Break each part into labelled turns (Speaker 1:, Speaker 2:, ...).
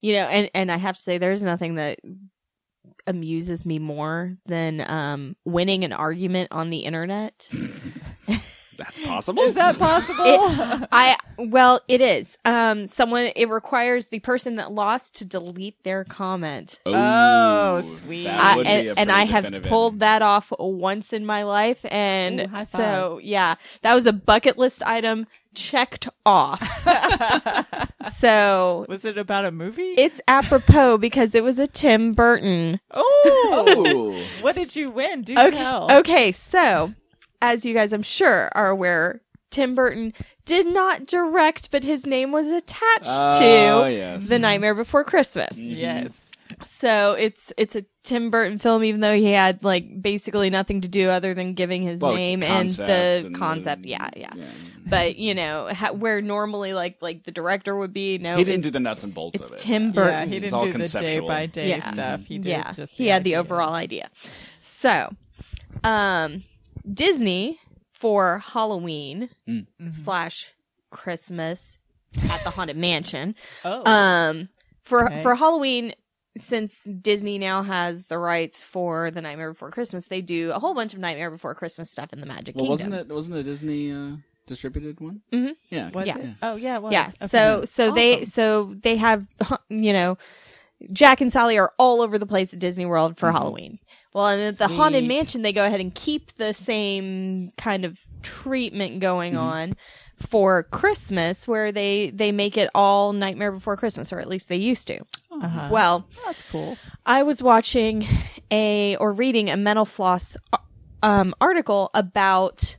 Speaker 1: You know, and and I have to say, there's nothing that amuses me more than um, winning an argument on the internet.
Speaker 2: That's possible.
Speaker 3: Is that possible?
Speaker 1: It- I well, it is. Um, someone it requires the person that lost to delete their comment.
Speaker 3: Oh, sweet.
Speaker 2: that
Speaker 1: I,
Speaker 2: would be
Speaker 1: and,
Speaker 2: a
Speaker 1: and I
Speaker 2: pretty
Speaker 1: have
Speaker 2: definitive-
Speaker 1: pulled that off once in my life, and
Speaker 3: Ooh, high
Speaker 1: so yeah, that was a bucket list item checked off. so
Speaker 3: Was it about a movie?
Speaker 1: it's apropos because it was a Tim Burton.
Speaker 3: oh,
Speaker 2: Ooh.
Speaker 3: what did you win? Do
Speaker 1: Okay,
Speaker 3: tell.
Speaker 1: okay, so as you guys I'm sure are aware, Tim Burton did not direct, but his name was attached
Speaker 2: Oh,
Speaker 1: to
Speaker 2: yes. Mm.
Speaker 1: The Nightmare Before Christmas.
Speaker 3: Yes.
Speaker 1: So it's it's a Tim Burton film, even though he had like basically nothing to do other than giving his
Speaker 2: Well,
Speaker 1: name and
Speaker 2: concept
Speaker 1: the
Speaker 2: and
Speaker 1: concept.
Speaker 2: the-
Speaker 1: yeah, yeah, But you know ha- where normally like like the director would be. No,
Speaker 2: He didn't do
Speaker 1: it's-
Speaker 2: the nuts and bolts
Speaker 1: it's
Speaker 2: of it.
Speaker 1: Tim Burton.
Speaker 3: Yeah, he
Speaker 2: Mm-hmm. It's
Speaker 3: didn't
Speaker 2: all
Speaker 3: do the day
Speaker 2: conceptual.
Speaker 3: by day
Speaker 1: Yeah.
Speaker 3: stuff. He did
Speaker 1: yeah,
Speaker 3: just.
Speaker 1: he had
Speaker 3: idea.
Speaker 1: the overall idea. So, um, Disney for Halloween
Speaker 2: Mm.
Speaker 3: Mm-hmm.
Speaker 1: slash Christmas at the Haunted Mansion.
Speaker 3: Oh.
Speaker 1: Um, for
Speaker 3: Okay.
Speaker 1: for Halloween, since Disney now has the rights for the Nightmare Before Christmas, they do a whole bunch of Nightmare Before Christmas stuff in the Magic
Speaker 2: Well,
Speaker 1: Kingdom.
Speaker 2: wasn't it wasn't it a Disney uh, distributed one?
Speaker 1: Mhm.
Speaker 2: Yeah.
Speaker 3: was
Speaker 1: yeah.
Speaker 3: it? Oh yeah. It was.
Speaker 1: Yeah.
Speaker 3: Okay. Oh,
Speaker 1: So so they
Speaker 3: Awesome.
Speaker 1: so they have you know. Jack and Sally are all over the place at Disney World for
Speaker 2: Mhm.
Speaker 1: Halloween. Well, and at the Haunted
Speaker 3: Mm-hmm. Sweet.
Speaker 1: Mansion, they go ahead and keep the same kind of treatment going
Speaker 3: Mm-hmm.
Speaker 2: Mhm.
Speaker 1: on for Christmas, where they they make it all Nightmare Before Christmas, or at least they used to.
Speaker 3: Uh-huh.
Speaker 1: Well,
Speaker 3: that's cool.
Speaker 1: I was watching a or reading a mental floss um, article about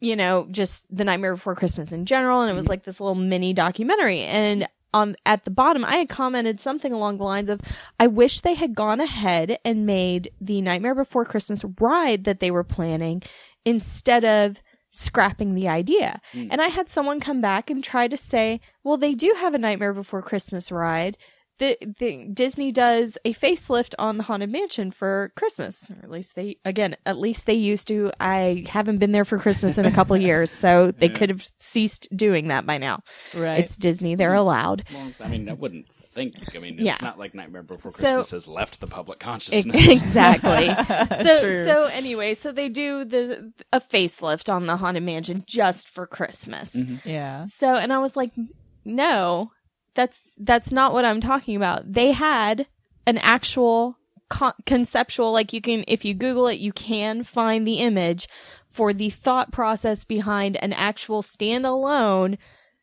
Speaker 1: you know just the Nightmare Before Christmas in general, and it was like this little mini documentary. And on at the bottom, I had commented something along the lines of, "I wish they had gone ahead and made the Nightmare Before Christmas ride that they were planning instead of." Scrapping the idea.
Speaker 2: Mm.
Speaker 1: And I had someone come back and try to say, well, they do have a Nightmare Before Christmas ride the, the Disney does a facelift on the Haunted Mansion for Christmas, or at least they again, at least they used to. I haven't been there for Christmas in a couple years, so they
Speaker 2: Yeah.
Speaker 1: could have ceased doing that by now.
Speaker 3: Right.
Speaker 1: It's Disney; they're allowed.
Speaker 2: Well, I mean, I wouldn't think. I mean,
Speaker 1: Yeah.
Speaker 2: it's not like Nightmare Before
Speaker 1: So-
Speaker 2: Christmas has left the public
Speaker 1: E-
Speaker 2: consciousness.
Speaker 1: exactly. so
Speaker 3: True.
Speaker 1: so anyway, so they do the a facelift on the Haunted Mansion just for Christmas.
Speaker 3: Mm-hmm.
Speaker 2: Mhm.
Speaker 3: yeah.
Speaker 1: So, and I was like, no, that's that's not what I'm talking about. They had an actual con- conceptual, like you can, if you Google it, you can find the image for the thought process behind an actual standalone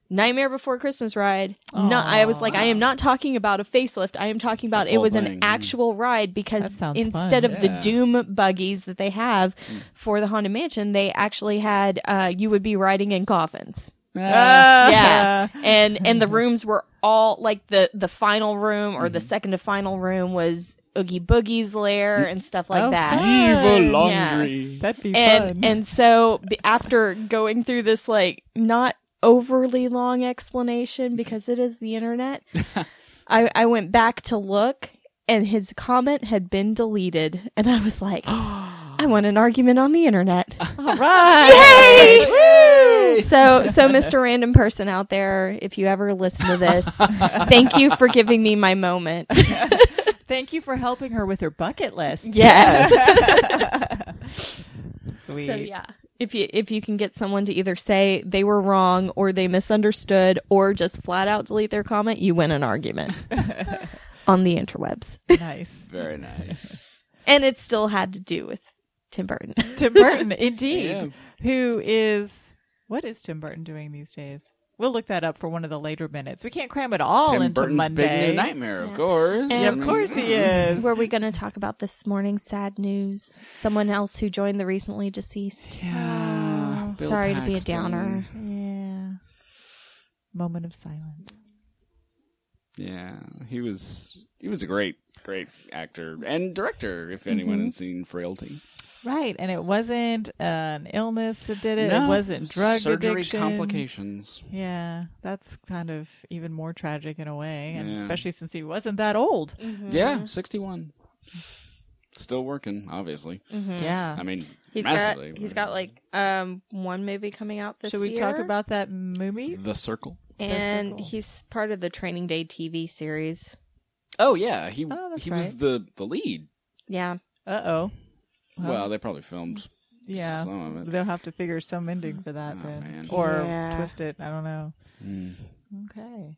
Speaker 1: Nightmare Before Christmas ride. Not, I was like, I am not talking about a facelift. I am talking about
Speaker 2: The
Speaker 1: it
Speaker 2: full
Speaker 1: was
Speaker 2: thing,
Speaker 1: an
Speaker 2: yeah.
Speaker 1: actual ride
Speaker 3: That
Speaker 1: because
Speaker 3: sounds
Speaker 1: instead of
Speaker 3: fun. Mm.
Speaker 2: Yeah.
Speaker 1: the Doom buggies that they have for the Haunted Mansion, they actually had uh, you would be riding in coffins uh,
Speaker 3: Uh,
Speaker 1: yeah and and the rooms were all like the the final room or the second to final room was oogie boogie's lair and stuff like
Speaker 3: Oh,
Speaker 1: that
Speaker 3: fun.
Speaker 2: Evil
Speaker 3: Yeah.
Speaker 2: laundry.
Speaker 3: That'd be
Speaker 1: and
Speaker 3: fun.
Speaker 1: and so b- after going through this like not overly long explanation because it is the internet i i went back to look and his comment had been deleted and i was like i want an argument on the internet
Speaker 3: all right.
Speaker 1: Yay! So, so Mr. Random Person out there, if you ever listen to this, thank you for giving me my moment.
Speaker 3: Thank you for helping her with her bucket list.
Speaker 1: Yes.
Speaker 3: Sweet.
Speaker 1: so yeah, if you if you can get someone to either say they were wrong or they misunderstood or just flat out delete their comment, you win an argument on the interwebs,
Speaker 3: Nice.
Speaker 2: Very nice.
Speaker 1: and it still had to do with Tim Burton.
Speaker 3: Tim Burton, indeed.
Speaker 2: Yeah.
Speaker 3: Who is what is Tim Burton doing these days? We'll look that up for one of the later minutes. We can't cram it all
Speaker 2: Tim
Speaker 3: into
Speaker 2: Burton's
Speaker 3: Monday.
Speaker 2: big new nightmare, of course. Mm-hmm.
Speaker 1: Yeah,
Speaker 3: Yeah,
Speaker 2: I
Speaker 3: of
Speaker 2: mean,
Speaker 3: course he is.
Speaker 1: Were we going to talk about this morning's sad news? Someone else who joined the recently deceased.
Speaker 2: Yeah. Bill
Speaker 1: Sorry to be a
Speaker 2: Paxton.
Speaker 1: downer.
Speaker 3: Yeah. Moment of silence.
Speaker 2: Yeah, he was he was a great great actor and director. If anyone has seen Frailty,
Speaker 3: Right, and it wasn't an illness that did it.
Speaker 2: No,
Speaker 3: it wasn't drug
Speaker 2: surgery
Speaker 3: addiction.
Speaker 2: complications.
Speaker 3: Yeah, that's kind of even more tragic in a way, and
Speaker 2: Yeah.
Speaker 3: especially since he wasn't that old.
Speaker 1: Mm-hmm. Mm-hmm.
Speaker 2: Yeah, sixty one. Still working, obviously.
Speaker 1: Mm.
Speaker 3: Yeah,
Speaker 2: I mean,
Speaker 1: He's
Speaker 2: Massively.
Speaker 1: got he's got like um one movie coming out this
Speaker 3: Should we
Speaker 1: year.
Speaker 3: talk about that movie?
Speaker 2: The Circle.
Speaker 1: and
Speaker 3: Circle?
Speaker 1: he's part of the Training Day TV series.
Speaker 2: Oh yeah, he
Speaker 3: Oh, that's
Speaker 2: he was
Speaker 3: right.
Speaker 2: the the lead.
Speaker 1: Yeah,
Speaker 3: Uh oh.
Speaker 2: Well, they probably filmed
Speaker 3: yeah.
Speaker 2: some of it.
Speaker 3: They'll have to figure some ending for that
Speaker 2: Mm. Oh,
Speaker 3: then,
Speaker 2: man.
Speaker 3: or
Speaker 1: Yeah.
Speaker 3: twist it. I don't know.
Speaker 2: Mm.
Speaker 3: Okay.